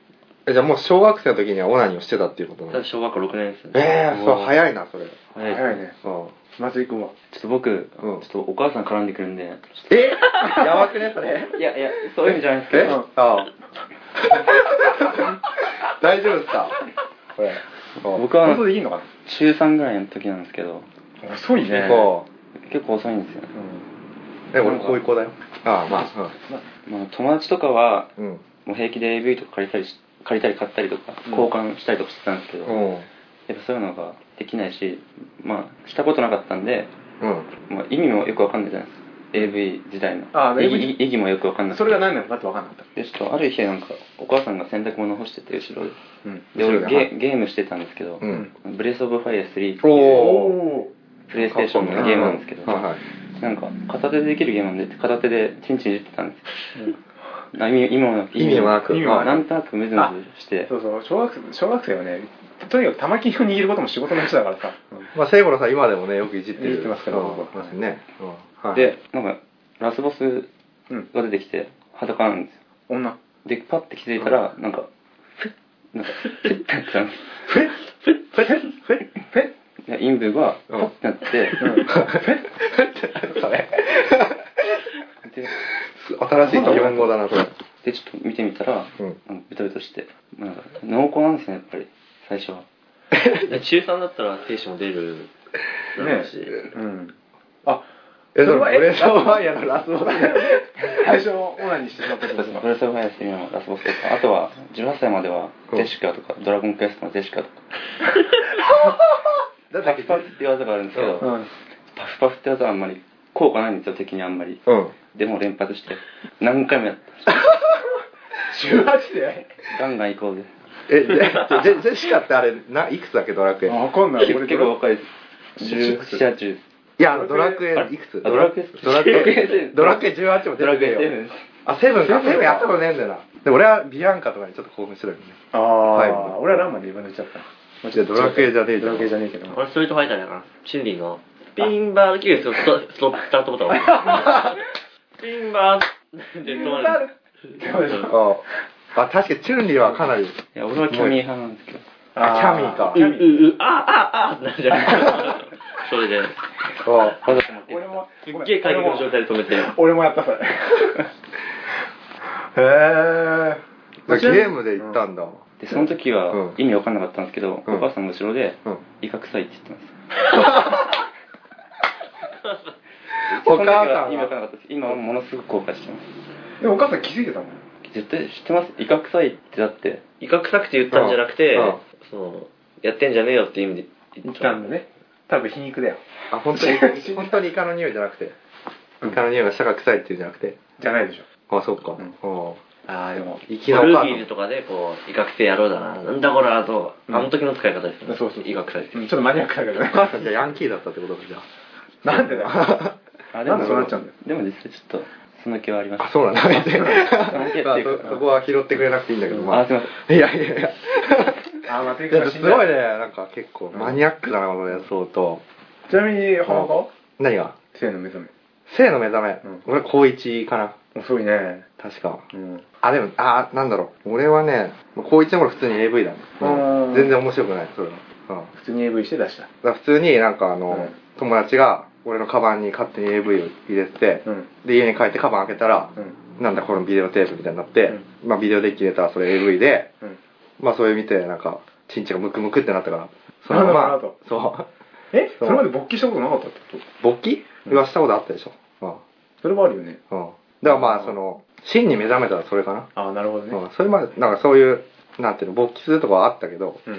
Speaker 4: えじゃあもう小学生の時にはオナニーをしてたっていうことなの
Speaker 1: 私小学校6年ですね。
Speaker 4: ええそう早いなそれ
Speaker 5: はい
Speaker 3: 早いね。
Speaker 4: うん
Speaker 3: 松井君は。
Speaker 5: ちょっと僕、
Speaker 4: うん
Speaker 5: ちょっとお母さん絡んでくるんで
Speaker 4: えやばくねそれ
Speaker 5: いやいやそういう意味じゃないですけ
Speaker 4: え
Speaker 5: ど
Speaker 4: あ <laughs> あ大丈夫ですかこれ
Speaker 5: 僕は
Speaker 3: 本当でいいのか
Speaker 5: 中3ぐらいの時なんですけど
Speaker 3: な遅いね。
Speaker 4: そう
Speaker 5: 結構遅いんですよ、
Speaker 3: うん
Speaker 4: え俺こういう子だよああまあ
Speaker 5: まあ、友達とかは
Speaker 4: うんうん
Speaker 5: もう平気で AV とか借りたりし借りたり買ったりとか
Speaker 3: うん
Speaker 5: 交換したりとかしてたんですけど、やっぱそういうのができないしまあしたことなかったんで、
Speaker 4: うん
Speaker 5: まあ、意味もよくわかんないじゃないですか AV 自体の
Speaker 3: あー
Speaker 5: 意
Speaker 3: AV
Speaker 5: 義意義もよくわかんない
Speaker 3: それが何なのかって分かんなかっ
Speaker 5: でちょっとある日なんかお母さんが洗濯物干してて後ろで
Speaker 3: た。うん。
Speaker 5: で
Speaker 4: 後ろ
Speaker 5: 俺
Speaker 4: で
Speaker 5: ゲゲームしてたんですけど、
Speaker 4: うん
Speaker 5: ブレス・オブ・ファイア3っていう
Speaker 4: おー
Speaker 3: お
Speaker 5: プレイステーションのゲームなんですけど、
Speaker 4: はいはい
Speaker 5: なんか片手でできるゲームなんで片手でチンチンいじってたんですよあ意味意味もなく
Speaker 4: 意味もなく
Speaker 5: 意味
Speaker 4: はい
Speaker 5: なんとなくムズムズして
Speaker 3: そうそう小学生小学生はねとにかく玉切りを握ることも仕事の人だからさ、
Speaker 4: まあ、聖五郎さん今でもね、よくいじってる。
Speaker 3: いじってますから
Speaker 4: うん
Speaker 3: 僕は
Speaker 4: ますね。うんはい
Speaker 5: で、なんかラスボス
Speaker 3: うん、
Speaker 5: が出てきて裸なんですよ
Speaker 3: 女
Speaker 5: でパッて気づいたらなんかフッなんかフッってなってたんです
Speaker 3: フェッフェッフェッフェッフェッ
Speaker 5: いやインブがパ
Speaker 4: うん
Speaker 5: ッてなって、
Speaker 4: それ。
Speaker 5: で
Speaker 4: 新しい日本語だな、それ。
Speaker 5: でちょっと見てみたら、
Speaker 4: うん
Speaker 5: なんかベトベトして、まあ、なんか濃厚なんですねやっぱり最初は
Speaker 1: 中3だったら精子も出るだろうし、
Speaker 3: うんあ
Speaker 4: え、それ、
Speaker 3: それはえ
Speaker 4: ブレードオブファイヤーのラスボス
Speaker 3: 最初オナニーしてしまったって
Speaker 5: ブ
Speaker 3: こ
Speaker 5: レ
Speaker 3: と
Speaker 4: <laughs>
Speaker 5: ス・
Speaker 3: です
Speaker 5: フ
Speaker 3: か
Speaker 5: ァイアス今のラスボスですあとは18歳までは
Speaker 4: うん
Speaker 5: ジェシカとか、ドラゴンクエストのジェシカとか
Speaker 4: だ
Speaker 5: パフパフって技があるんですけど、
Speaker 3: うん
Speaker 5: パフパフって技はあんまり効果ないんですよ敵にあんまり
Speaker 4: うん。
Speaker 5: でも連発して何回もやって
Speaker 3: 18で
Speaker 5: ガンガン行こうぜ
Speaker 4: え、ジェジェジェシカってあれ、ないくつだっけ、ドラクエ。
Speaker 3: わかんない
Speaker 5: 結
Speaker 3: 俺
Speaker 5: 結構若いです
Speaker 3: 16
Speaker 5: 1718
Speaker 4: いや、あのドラクエ
Speaker 5: あれ
Speaker 4: いくつ
Speaker 5: あドラクエっす
Speaker 4: ドラクエ
Speaker 5: セ、ブ
Speaker 4: ドラクエ18も出
Speaker 5: ドラ
Speaker 4: て
Speaker 5: ク
Speaker 4: ねえ
Speaker 5: エセブ
Speaker 4: よ。
Speaker 5: ン
Speaker 4: あ、セブンか。セブンやったことねえんだよな。で、俺はビアンカとかにちょっと興奮してたよね。
Speaker 3: あ
Speaker 4: い
Speaker 3: あ俺はランマで言われちゃった
Speaker 4: マジでドラクエじゃねえじゃ
Speaker 3: ド
Speaker 4: ん
Speaker 3: ラクエじゃねえけど <laughs>
Speaker 1: 俺ストリートファイターだから心理のピンバーで切るんですよストッターと思ったらピンバーで止まる
Speaker 4: あああ、確かにチュンリーはかなり。
Speaker 5: いや俺はキャミー派なんですけど
Speaker 4: あキャミーか
Speaker 1: うううあああってなるじゃないそれで
Speaker 4: あ
Speaker 5: わざと持って
Speaker 3: 俺も
Speaker 1: すっげえ過激の状態で止めて
Speaker 3: 俺もやったそれへ
Speaker 4: あゲームで行ったんだ。
Speaker 5: でその時
Speaker 4: うん
Speaker 5: は意味わかんなかったんですけど、
Speaker 4: うん
Speaker 5: お母さんの後ろで
Speaker 4: うん
Speaker 5: 「威嚇臭い」って言
Speaker 3: <laughs>
Speaker 5: ってます
Speaker 4: お母さ
Speaker 5: その時は意味わかんなかったです今はものすごく後悔してます
Speaker 3: えでもお母さん気づいてたもん
Speaker 5: 絶対知ってます威嚇臭いってだって
Speaker 1: 威嚇臭くて言ったんじゃなくて
Speaker 4: うんうん
Speaker 1: そのやってんじゃねえよって意味で言
Speaker 3: 言
Speaker 1: っ
Speaker 3: ったたんだね多分皮肉だよ
Speaker 4: ん。あ、本当に、本当にイカの匂いじゃなくて。イカの匂いが舌が臭いっていうんじゃなくて。
Speaker 3: じゃないでしょ
Speaker 4: あ、そっか。
Speaker 3: ん
Speaker 4: あ
Speaker 1: ああでも
Speaker 4: 粋なお
Speaker 1: ブル
Speaker 4: 母さ
Speaker 1: ー
Speaker 4: ん
Speaker 1: ギーズとかでこう威嚇性やろうだななんだこれはとあの時の使い方ですよね
Speaker 3: そうそう
Speaker 1: 威嚇臭いって
Speaker 3: うんちょっとマニアックだけど
Speaker 4: あ
Speaker 3: ね
Speaker 4: お母さんじゃあヤンキーだったってことかじゃ
Speaker 3: <laughs> なんでだよ
Speaker 5: あ
Speaker 3: なんでそうなっちゃうんだよ
Speaker 5: でも実際ちょっとその気はありまし
Speaker 4: あ。
Speaker 5: た
Speaker 4: あ、そうなんだ。別にまあ
Speaker 5: ていうか
Speaker 4: そそこは拾ってくれなくていいんだけど、まあ。
Speaker 5: あすいま
Speaker 4: いやいやいや。
Speaker 3: あーまあとに
Speaker 4: だ
Speaker 3: か
Speaker 4: っ
Speaker 3: く
Speaker 4: てす
Speaker 3: 死んだ
Speaker 4: ごいね、なんか結構マニアックだな、このやそうと。
Speaker 3: ちなみに浜岡は
Speaker 4: 何が
Speaker 3: 性の目覚め
Speaker 4: 性の目覚め。
Speaker 3: うん
Speaker 4: 俺、高一かな。
Speaker 3: 遅いね
Speaker 4: 確か。
Speaker 3: うん
Speaker 4: あ、でも、あ、なんだろう。俺はね、高一の頃普通に AV だね。
Speaker 3: うん
Speaker 4: 全然面白くない、それは。うん。
Speaker 3: 普通に AV して出した
Speaker 4: だから普通になんかあの、
Speaker 3: うん
Speaker 4: 友達が俺のカバンに勝手に AV を入れてて、
Speaker 3: うん
Speaker 4: で家に帰ってカバン開けたら、
Speaker 3: うん
Speaker 4: なんだこのビデオテープみたいになって、まあビデオデッキ入れたらそれ AV で、
Speaker 3: うん
Speaker 4: まあそれ見てなんかチンチンがムクムクってなったからそ
Speaker 3: な
Speaker 4: の
Speaker 3: るほどな
Speaker 4: ま
Speaker 3: るほど
Speaker 4: まそう
Speaker 3: えそ
Speaker 4: そ
Speaker 3: うれまで勃起したことなかったってこと
Speaker 4: 勃起
Speaker 3: うん
Speaker 4: はしたことあったでしょ、うんうん、
Speaker 3: それはあるよね
Speaker 4: だからまあその真に目覚めたらそれかな、
Speaker 3: ああなるほどね
Speaker 4: うん、それまでなんかそういうなんていうの勃起するとこはあったけど、
Speaker 3: うん
Speaker 4: う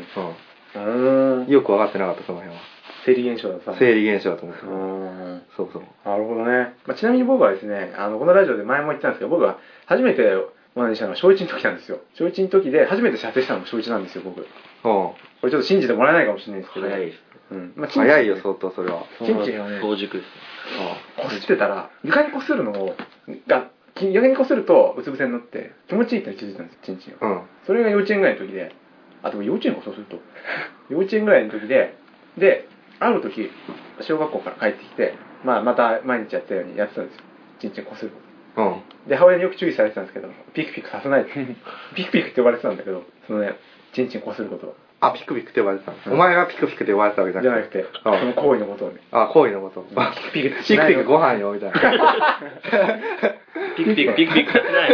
Speaker 3: うーん
Speaker 4: んよく分かってなかったその辺は
Speaker 3: 生理現象ださ
Speaker 4: 生理現象だと思って
Speaker 3: う
Speaker 4: た、
Speaker 3: ーん
Speaker 4: そうそう
Speaker 3: なるほどね、まあ、ちなみに僕はですねあのこのラジオで前も言ったんですけど僕は初めてオナニーしたのが小1の時なんですよ小1の時で初めて射精したのも小1なんですよ僕こ
Speaker 4: うん
Speaker 3: れちょっと信じてもらえないかもしれないですけど
Speaker 1: 早いです
Speaker 3: うんまあ、チンチン
Speaker 4: 早いよ相当それは
Speaker 3: チンチンをね
Speaker 1: 早熟です
Speaker 3: こすってたら床にこするのをが床にこするとうつ伏せになって気持ちいいってのに気づいたんですチンチンを
Speaker 4: うん
Speaker 3: それが幼稚園ぐらいの時であでも幼稚園かそうすると幼稚園ぐらいの時でである時小学校から帰ってきて、まあ、また毎日やったようにやってたんですよチンチンこすること
Speaker 4: うん
Speaker 3: で母親によく注意されてたんですけどピクピクさせない
Speaker 4: <laughs>
Speaker 3: ってピクピクって呼ばれてたんだけどそのねチンチンこすること
Speaker 4: あピクピクって呼ばれてたの、
Speaker 3: うん
Speaker 4: お前がピクピクって呼ばれてたわけじゃ
Speaker 3: じゃ
Speaker 4: な
Speaker 3: な
Speaker 4: く
Speaker 3: く
Speaker 4: て
Speaker 3: てそ
Speaker 4: あ
Speaker 3: の行為のことをね
Speaker 4: あ行為のこと
Speaker 3: ピクピク
Speaker 4: ピクピクご飯よみたいな
Speaker 1: ピクピクピクピクって
Speaker 3: <laughs>
Speaker 1: ない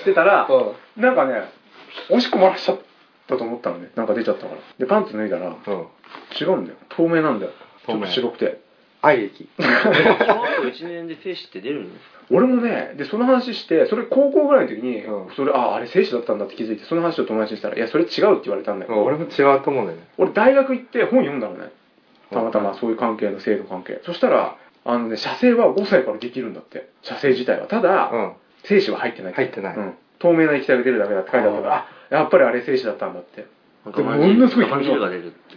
Speaker 3: してたら
Speaker 4: うん
Speaker 3: なんかねおしっこ漏らしちゃったと思ったのねなんか出ちゃったからでパンツ脱いだら
Speaker 4: うん
Speaker 3: 違うんだよ透明なんだよち
Speaker 4: 透
Speaker 3: ょっと
Speaker 4: 明
Speaker 3: 白くて
Speaker 4: 愛液
Speaker 1: 小学校1年で精子って出るんですか
Speaker 3: 俺もねでその話してそれ高校ぐらいの時に、
Speaker 4: うん
Speaker 3: それああれ精子だったんだって気づいてその話を友達にしたら「いやそれ違う」って言われたんだけど
Speaker 4: 俺も違うと思うんだよね
Speaker 3: 俺大学行って本読んだのねたまた
Speaker 4: う
Speaker 3: ま
Speaker 4: ん
Speaker 3: そういう関係の制度関係そしたらあのね射精は5歳からできるんだって射精自体はただ、
Speaker 4: うん
Speaker 3: 精子は入ってない
Speaker 4: 入ってない
Speaker 3: うん透明な液体が出るだけだって書いてあったからあやっぱりあれ精子だったんだって
Speaker 1: なん
Speaker 3: でもものすごい
Speaker 1: ガマンジルが出るって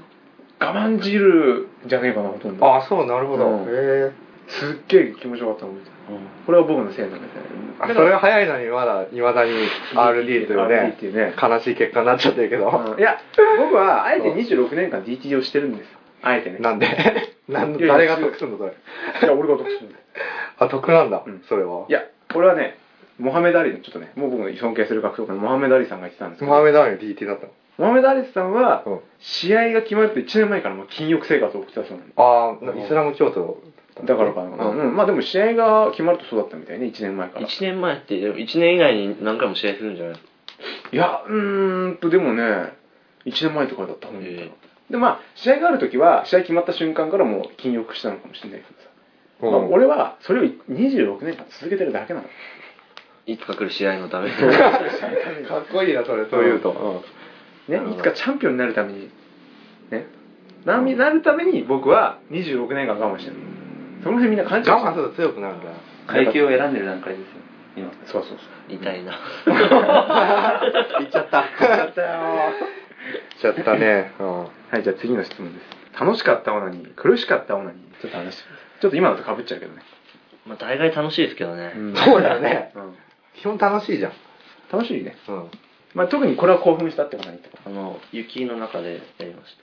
Speaker 3: 我慢汁じゃねえかなほとんど
Speaker 4: あそうなるほど、
Speaker 3: うん
Speaker 4: へえ
Speaker 3: すっげえ気持ちよかったのこれは僕のせいなんだみたいな
Speaker 4: あそれは早いのにまだいまだに RD という
Speaker 3: RD っていう
Speaker 4: ね
Speaker 3: ね
Speaker 4: 悲しい結果になっちゃってるけど、
Speaker 3: うんいや僕はあえて26年間 DT をしてるんですあえてね
Speaker 4: なんで <laughs> なん
Speaker 3: いや
Speaker 4: 誰が得するのそれ
Speaker 3: いや俺が得するんだよ
Speaker 4: あ得なんだ、
Speaker 3: うん
Speaker 4: それはい
Speaker 3: やこれはねモハメダリのちょっとねもう僕の尊敬する格闘家のモハメダリさんが言ってたんですけど
Speaker 4: モハメダーリ DT だったの
Speaker 3: モハメダリさんは
Speaker 4: うん
Speaker 3: 試合が決まると1年前からもう禁欲生活を送ってたそうなんで
Speaker 4: あ
Speaker 3: うん
Speaker 4: あイスラム教徒
Speaker 3: だからかな、
Speaker 4: うん
Speaker 3: うんまあでも試合が決まるとそうだったみたいね1年前から
Speaker 1: 1年前ってでも1年以内に何回も試合するんじゃないですか
Speaker 3: いや、うーんと、でもね、1年前とかだったのに、
Speaker 1: え
Speaker 3: で、まあ、試合があるときは、試合決まった瞬間からもう禁欲したのかもしれないけどさ。
Speaker 4: うん
Speaker 3: まあ、俺は、それを26年間続けてるだけな
Speaker 4: <laughs>
Speaker 3: の。
Speaker 1: いつか来る試合のために
Speaker 4: かっこいいなそれそういうと、
Speaker 3: ね、いつかチャンピオンになるために、ね、なみなるために僕は26年間我慢してる。その辺みんな感じ
Speaker 4: 我慢すると強くなるんだよ
Speaker 5: 階級を選んでる段階ですよ今
Speaker 3: そうそうそう。
Speaker 1: 痛いな
Speaker 4: いっちゃったいっちゃったよいっちゃったね、うん
Speaker 3: はい、じゃあ次の質問です。楽しかったオナニー、苦しかったオナニー。ちょっと話してくださいちょっと今のと被っちゃうけどね。
Speaker 1: <laughs> まあ大概楽しいですけどね、
Speaker 4: <laughs> そうだよね
Speaker 3: うん
Speaker 4: 基本楽しいじゃん、
Speaker 3: 楽しいね。
Speaker 4: うん、
Speaker 3: まあ、特にこれは興奮したってことないってこ
Speaker 1: あの雪の中でやりまし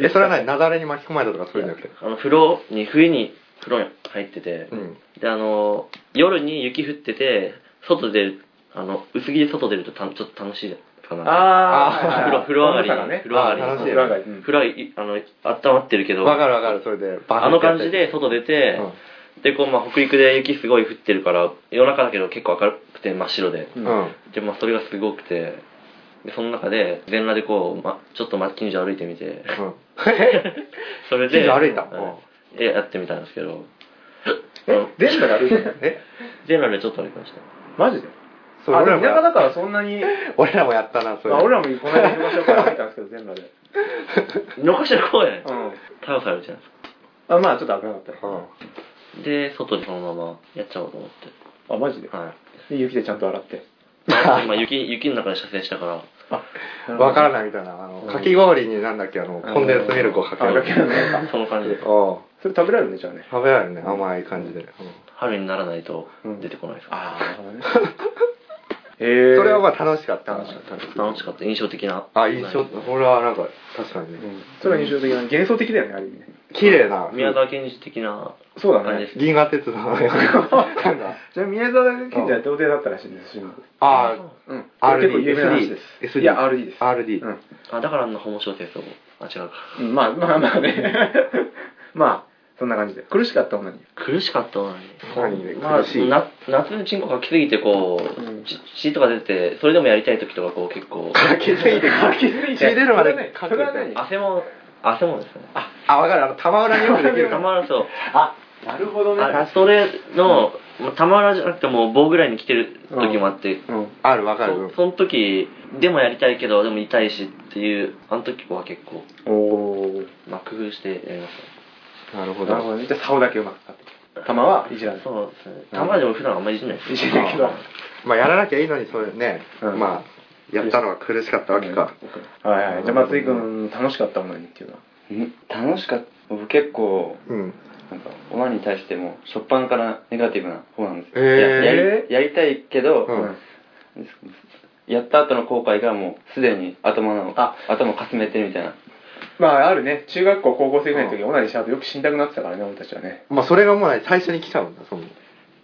Speaker 4: えそれは何雪崩に巻き込まれたとかそういうんじゃなくて
Speaker 1: たあの風呂に冬に風呂に入ってて、
Speaker 4: うん
Speaker 1: であの夜に雪降ってて外出るあの薄着で外出るとたちょっと楽しいか
Speaker 3: と。
Speaker 1: な
Speaker 4: あー
Speaker 1: 風呂風呂上がり
Speaker 3: 温度差がね
Speaker 1: 風呂上がり
Speaker 4: あー楽しい
Speaker 3: 風呂上がり。
Speaker 1: 風呂いあの温まってるけど
Speaker 4: わかるわかるそれでバカ
Speaker 1: あの感じで外出て、でこうまあ北陸で雪すごい降ってるから夜中だけど結構明るくて真っ白で
Speaker 4: う、
Speaker 3: うんん
Speaker 4: うん
Speaker 1: でまあそれがすごくてでその中で全裸でこう、ま、ちょっとま近所歩いてみ
Speaker 4: <laughs>
Speaker 1: てそれで
Speaker 4: 近所歩いた
Speaker 1: はでやってみたんですけど
Speaker 3: え、電車で歩いてる
Speaker 4: え
Speaker 1: 全裸でちょっと歩きました
Speaker 3: マジで
Speaker 4: そう
Speaker 3: あ、
Speaker 4: 俺
Speaker 3: で
Speaker 4: ら
Speaker 3: も田舎
Speaker 4: もや
Speaker 3: だ
Speaker 4: っ
Speaker 3: からそんなに、
Speaker 4: 俺らもやったなそれ
Speaker 3: まあ、俺らもこの間行きましょうから歩いたんですけど、全裸で。
Speaker 1: 残してる公園
Speaker 3: うん。
Speaker 1: 逮捕されるじゃないで
Speaker 3: あ、まあ、ちょっと危なかった
Speaker 4: う
Speaker 3: よ
Speaker 4: ん
Speaker 1: すかで外でそのままやっちゃおうと思って
Speaker 3: あ、マジで。
Speaker 1: はい
Speaker 3: で雪でちゃんと洗って。
Speaker 1: 今雪雪の中で射精したから
Speaker 4: わからないみたいなあのかき氷になんだっけあのコンデンスミルクをかけ
Speaker 3: あかける
Speaker 4: る <laughs>
Speaker 3: ね
Speaker 1: その感じで
Speaker 4: うん
Speaker 3: それ食べられるね、じゃあね。
Speaker 4: 食べられるね甘い感じで、うん
Speaker 1: 春にならないと出てこないです、
Speaker 3: あー、なるほどね。 <laughs> へえ。
Speaker 4: それはまあ楽しかった
Speaker 3: 楽しかった
Speaker 1: 楽しかった印象的な
Speaker 4: あ印象これはなんか確かにね、
Speaker 3: うんそれは印象的な、幻想的だよね、ある意味ね。
Speaker 4: 綺麗な
Speaker 1: 宮沢賢治的な
Speaker 3: そうだ
Speaker 1: 感じ
Speaker 3: ね
Speaker 1: で。す、
Speaker 4: 銀河鉄道の
Speaker 3: <laughs>
Speaker 4: ようななんか
Speaker 3: じゃあ、宮沢賢治は童貞だったらしいんです、今。
Speaker 4: あ
Speaker 3: うん。
Speaker 4: あ RD
Speaker 3: 結構有名な話です。
Speaker 4: SD
Speaker 3: いや、RD です。
Speaker 4: RD
Speaker 3: うん。
Speaker 1: あだからあんな面白いテストもあ違うか
Speaker 3: うんまあまあまあね。 <laughs> まあ、そんな感じで。苦しかった女に。
Speaker 1: 苦しかったのに
Speaker 4: 何で
Speaker 1: まあ
Speaker 4: 苦しい、
Speaker 1: な夏にチンコかきすぎてこう、
Speaker 3: <laughs> うん
Speaker 1: ち血とか出てそれでもやりたい時とかこう結
Speaker 4: <laughs>
Speaker 1: 構
Speaker 4: かけすぎてかけすぎて血出るまで
Speaker 3: それは何
Speaker 1: 汗も汗もですね
Speaker 4: あ分かるあの玉裏によくできる
Speaker 1: たまらんそう
Speaker 3: あ、なるほど
Speaker 1: あそれの、たまらじゃなくてもう棒ぐらいに来てる時もあって、
Speaker 3: うん。
Speaker 4: ある分かる
Speaker 1: そその時でもやりたいけどでも痛いしっていうあの時は結構、
Speaker 3: おー。
Speaker 1: まあ、工夫してやりました
Speaker 4: なるほ
Speaker 3: なるほ
Speaker 4: ど
Speaker 3: どね。じゃあ、竿だけうまく使って。玉はいじらない。
Speaker 1: そうですね。たまにも普段あんまりいじんないです。
Speaker 3: いじらないけど。
Speaker 4: まあやらなきゃいいのにそういうね、
Speaker 3: うん
Speaker 4: まあやったのが苦しかったわけか、
Speaker 3: はいはい。じゃあ、松井君、楽しかった女にっていうのは。
Speaker 5: うん楽しかった僕結構
Speaker 4: うん
Speaker 5: なんかオナに対しても初っ端からネガティブな方なんです
Speaker 4: へ
Speaker 5: よ、
Speaker 4: ー
Speaker 5: ややりやりたいけど、
Speaker 4: うん
Speaker 5: やった後の後悔がもうすでに頭の
Speaker 3: あ
Speaker 5: 頭をかすめてるみたいな
Speaker 3: まあ、あるね。中学校、高校生ぐらいの時、オナニーした後よく死にたくなってたからね、俺たちはね。
Speaker 4: まあそれがもう最初に来ちゃうんだその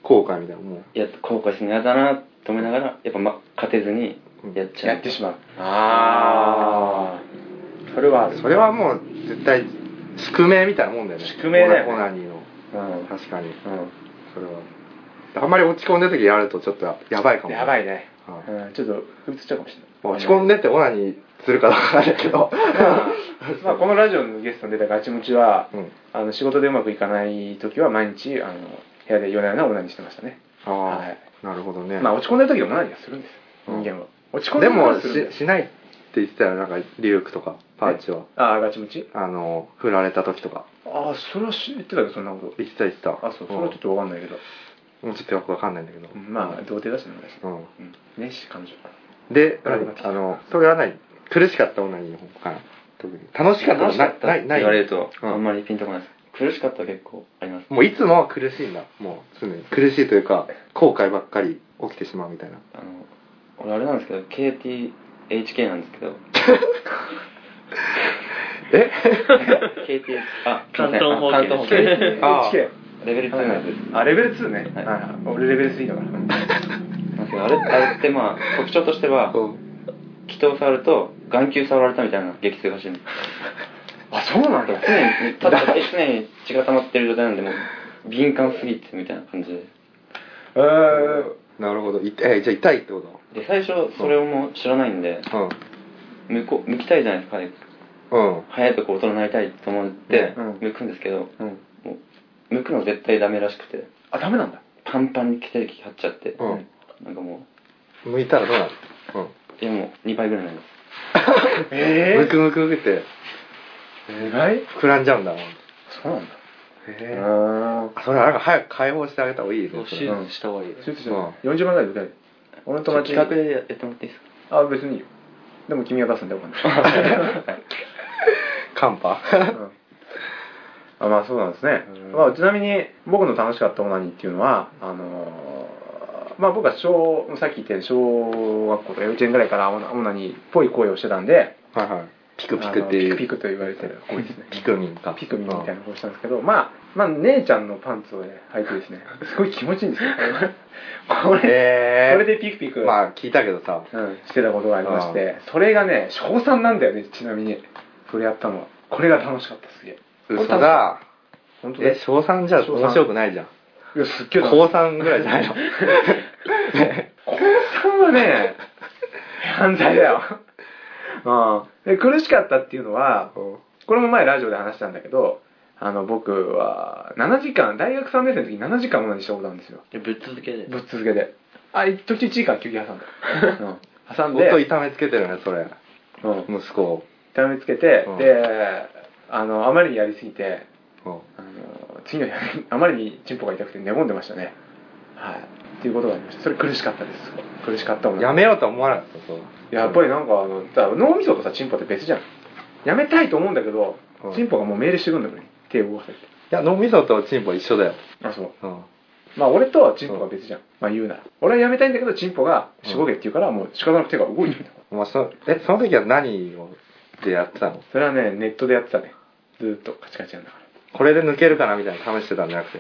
Speaker 4: 後悔みたいなもう
Speaker 5: いや後悔するの嫌だなと思いながらやっぱ、ま、勝てずにやっちゃう、
Speaker 3: やってしまう。あー。それはある。
Speaker 4: それはもう絶対宿命みたいなもんだよね
Speaker 3: 宿命だよね
Speaker 4: オナニーの
Speaker 3: うん。
Speaker 4: 確かに
Speaker 3: う
Speaker 4: それはあんまり落ち込んでる時やるとちょっとやばいか
Speaker 3: ん。
Speaker 4: も
Speaker 3: やばいね。
Speaker 4: はい
Speaker 3: うん。ちょっと、映っちゃうかもしれない。
Speaker 4: まあ落ち込んでってオナニーするかどうかだけど
Speaker 3: まあ、このラジオのゲストに出たガチムチは、
Speaker 4: うん
Speaker 3: あの仕事でうまくいかない時は毎日あの部屋で夜な夜なオナニーしてましたね、
Speaker 4: ああ、
Speaker 3: はい
Speaker 4: なるほどね、
Speaker 3: まあ落ち込んでる時はオナニーはするんです人
Speaker 4: うん
Speaker 3: 間は、落ち込んで
Speaker 4: で
Speaker 3: る時
Speaker 4: も
Speaker 3: はするんで
Speaker 4: し
Speaker 3: す
Speaker 4: しないって言ってたよなんかリュウクとかパーチは
Speaker 3: ああガチムチ
Speaker 4: あの振られた時とか
Speaker 3: ああそれは知ってたけどそんなこと
Speaker 4: 言ってた言ってた
Speaker 3: あそうそれはちょっとわかんないけど、
Speaker 4: うんもうちょっとよくわかんないんだけど、
Speaker 3: まあ童貞だしね私
Speaker 4: う
Speaker 3: う
Speaker 4: ん、
Speaker 3: んねし彼女
Speaker 4: で、
Speaker 3: なるほど
Speaker 4: あの、それはない。苦しかったオナニーの方かな。特に。楽しかったの
Speaker 5: 楽
Speaker 4: は
Speaker 5: しか
Speaker 4: な
Speaker 5: ったっ
Speaker 4: な
Speaker 5: て
Speaker 4: い、ない。
Speaker 5: 言われると
Speaker 4: うん
Speaker 5: あんまりピンとこないです苦しかったは結構あります
Speaker 4: もういつも苦しいんだもう常に苦しいというか後悔ばっかり起きてしまうみたいな
Speaker 5: あの俺あれなんですけど KTHK なんですけど
Speaker 4: え
Speaker 5: KTH あ
Speaker 1: 関東方
Speaker 5: すい
Speaker 1: 形
Speaker 5: ませんあ関東方
Speaker 3: あー
Speaker 5: 形レベル2のやつです
Speaker 3: あレベル2ね、
Speaker 5: はい
Speaker 3: はいはい俺レベル3だから
Speaker 5: なんですけどあれあれってまあ特徴としては
Speaker 4: うん
Speaker 5: 気筒触ると眼球触られたみたいな激痛が走るんです
Speaker 3: <laughs> あそうなん
Speaker 5: 常に
Speaker 3: だ
Speaker 5: 立って常に血が溜まってる状態なんでもう敏感すぎてみたいな感じで
Speaker 3: えー
Speaker 4: なるほどいえじゃあ痛いってこ
Speaker 5: で最初それをもう知らないんで
Speaker 4: と
Speaker 5: 向こう向きたいじゃないですか
Speaker 4: うんうん
Speaker 5: 早いとこ大人になりたいと思って
Speaker 3: うん
Speaker 5: 向くんですけど、
Speaker 4: うん
Speaker 5: もう向くの絶対ダメらしくて
Speaker 3: あダメなんだ
Speaker 5: パンパンに血液張っちゃって、
Speaker 4: うん
Speaker 5: なんかも
Speaker 4: 向いたらどうなるうん
Speaker 5: ういやもう2倍ぐらいになります
Speaker 3: え
Speaker 4: むくむくむくって
Speaker 3: えらい
Speaker 4: 膨らんじゃうんだもん
Speaker 5: そうなんだ
Speaker 3: えー
Speaker 4: あそれなんか早く解放してあげた方がいいですねそ
Speaker 1: 手
Speaker 4: れ
Speaker 1: 術した方がいいです
Speaker 3: 手術しても40万ぐらいで受ける俺の友達
Speaker 5: 企画でやってもらっていいです
Speaker 3: あ別にいいよでも君が出すんだよお金
Speaker 4: カ
Speaker 3: <laughs>
Speaker 4: ンパ
Speaker 3: あまあそうなんですね、
Speaker 4: うん
Speaker 3: まあ、ちなみに僕の楽しかったオナニーっていうのはあのーまあ僕は小さっき言ったように小学校とか幼稚園ぐらいからオナオナニーっぽい声をしてたんで
Speaker 4: はいはいピクピクってい
Speaker 3: あ
Speaker 4: う
Speaker 3: のピクピクと言われてる声ですね
Speaker 4: <laughs> ピクミンか
Speaker 3: <laughs> ピクミンみたいな声したんですけど、まあ、まあ姉ちゃんのパンツを、ね、履いて <laughs> ですねすごい気持ちいいんですよ <laughs> これ、
Speaker 4: え
Speaker 3: これでピクピク、
Speaker 4: まあ聞いたけどさ
Speaker 3: うん、してたことがありましてそれがね小3なんだよねちなみにそれやったのはこれが楽しかったすげえ
Speaker 4: 嘘だ
Speaker 3: 本当だよ
Speaker 4: え小3じゃ
Speaker 3: 小三
Speaker 4: 面白くないじゃん
Speaker 3: いやすっげえ楽しかった
Speaker 4: 高3ぐらい
Speaker 3: <laughs>
Speaker 4: じゃないの
Speaker 3: 高3はね、犯罪だ <laughs> よ。うん、で苦しかったっていうのは、これも前ラジオで話したんだけど、あの僕は7時間、大学3年生の時に7時間同じしたことあるんですよ。
Speaker 1: でぶっ続けで
Speaker 3: ぶっ続けで。あ、途中1時間休憩挟んだ。うん、挟ん <laughs> で、
Speaker 4: 音痛めつけてるねそれ
Speaker 3: うん
Speaker 4: 息子を
Speaker 3: 痛めつけて、
Speaker 4: うん
Speaker 3: で、あの、あまりにやりすぎて、
Speaker 4: うん
Speaker 3: あの次の日、 <laughs> あまりにチンポが痛くて寝込んでましたね。はい。っていうことがありました。それ苦しかったです。苦しかったもん
Speaker 4: やめようとは思わなかったそう
Speaker 3: やっぱりなんかあのだから脳みそとさチンポって別じゃんやめたいと思うんだけど、
Speaker 4: うん
Speaker 3: チンポがもう命令してくんだから手を動かせって
Speaker 4: いや脳みそとチンポ一緒だよ
Speaker 3: あそう
Speaker 4: うん
Speaker 3: まあ俺とチンポが別じゃん、まあ言うなら俺はやめたいんだけどチンポがしごげって言うから、もう仕方なく手が動いてる
Speaker 4: まあそえその時は何をでやってたの
Speaker 3: それはねネットでやってたねずーっとカチカチやんだか
Speaker 4: これで抜けるかなみたいな試してたんじゃなくて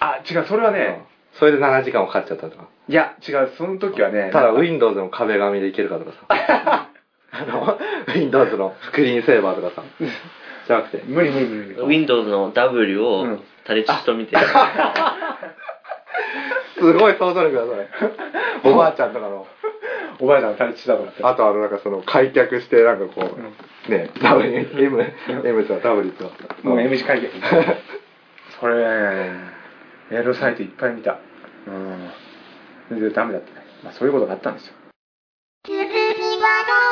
Speaker 3: らあ違うそれは
Speaker 4: うん
Speaker 3: ね、
Speaker 4: それで7時間もかかっちゃったとか
Speaker 3: いや違うその時はね
Speaker 4: ただ
Speaker 3: なんか
Speaker 4: Windows の壁紙でいけるかとかさ
Speaker 3: <laughs>
Speaker 4: あの Windows のスクリーンセーバーとかさじゃなくて
Speaker 3: 無理無理無理無理
Speaker 1: Windows の W を
Speaker 3: うん
Speaker 1: 垂れ父と見て、
Speaker 4: すごい想像力だ
Speaker 3: <laughs>
Speaker 4: それおばあちゃんとかの
Speaker 3: <laughs> おばあちゃんのタレチだと思って
Speaker 4: あとあのなんかその開脚してなんかこう、ね WM M とは W とは
Speaker 3: もう
Speaker 4: <laughs>
Speaker 3: M 字解決それねやるサイトいっぱい見たうん全然ダメだったね、まあ、そういうことがあったんですよ
Speaker 6: つぶしわが